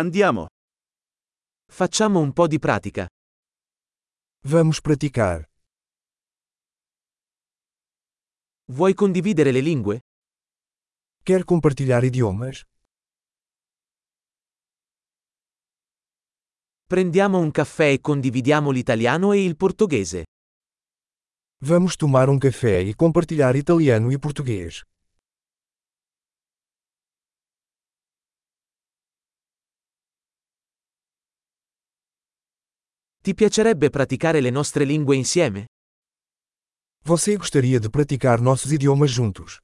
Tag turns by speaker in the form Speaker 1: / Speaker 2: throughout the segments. Speaker 1: Andiamo. Facciamo un po' di pratica.
Speaker 2: Vamos praticar.
Speaker 1: Vuoi condividere le lingue?
Speaker 2: Quer compartilhar idiomas?
Speaker 1: Prendiamo un caffè e condividiamo l'italiano e il portoghese.
Speaker 2: Vamos tomar um café e compartilhar italiano e português.
Speaker 1: Ti piacerebbe praticare le nostre lingue insieme?
Speaker 2: Você gostaria de praticar nossos idiomas juntos?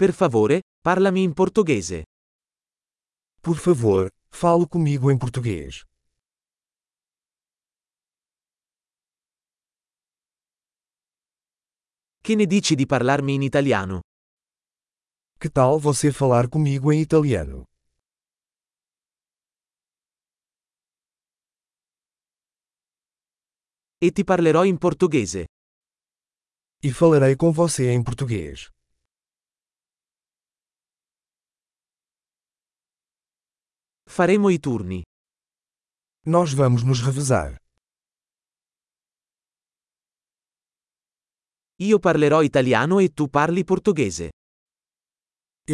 Speaker 1: Per favore, parlami in portoghese.
Speaker 2: Por favor, fale comigo em português.
Speaker 1: Che ne dici di parlarmi in italiano?
Speaker 2: Que tal você falar comigo em italiano?
Speaker 1: E ti parlerò in portoghese.
Speaker 2: E falarei com você em português.
Speaker 1: Faremo i turni.
Speaker 2: Nós vamos nos revezar.
Speaker 1: Io parlerò italiano e tu parli portoghese.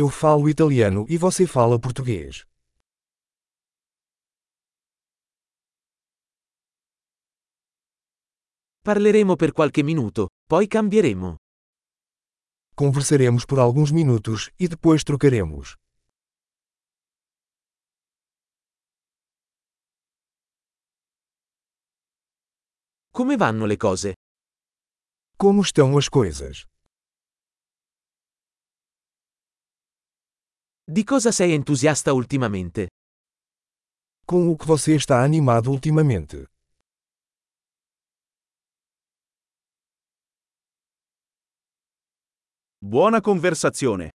Speaker 2: Eu falo italiano e você fala português.
Speaker 1: Parleremo per qualche minuto, poi cambieremo.
Speaker 2: Conversaremos por alguns minutos e depois trocaremos.
Speaker 1: Come vanno le cose?
Speaker 2: Como estão as coisas?
Speaker 1: Di cosa sei entusiasta ultimamente?
Speaker 2: Com o que você está animado ultimamente?
Speaker 3: Buona conversazione.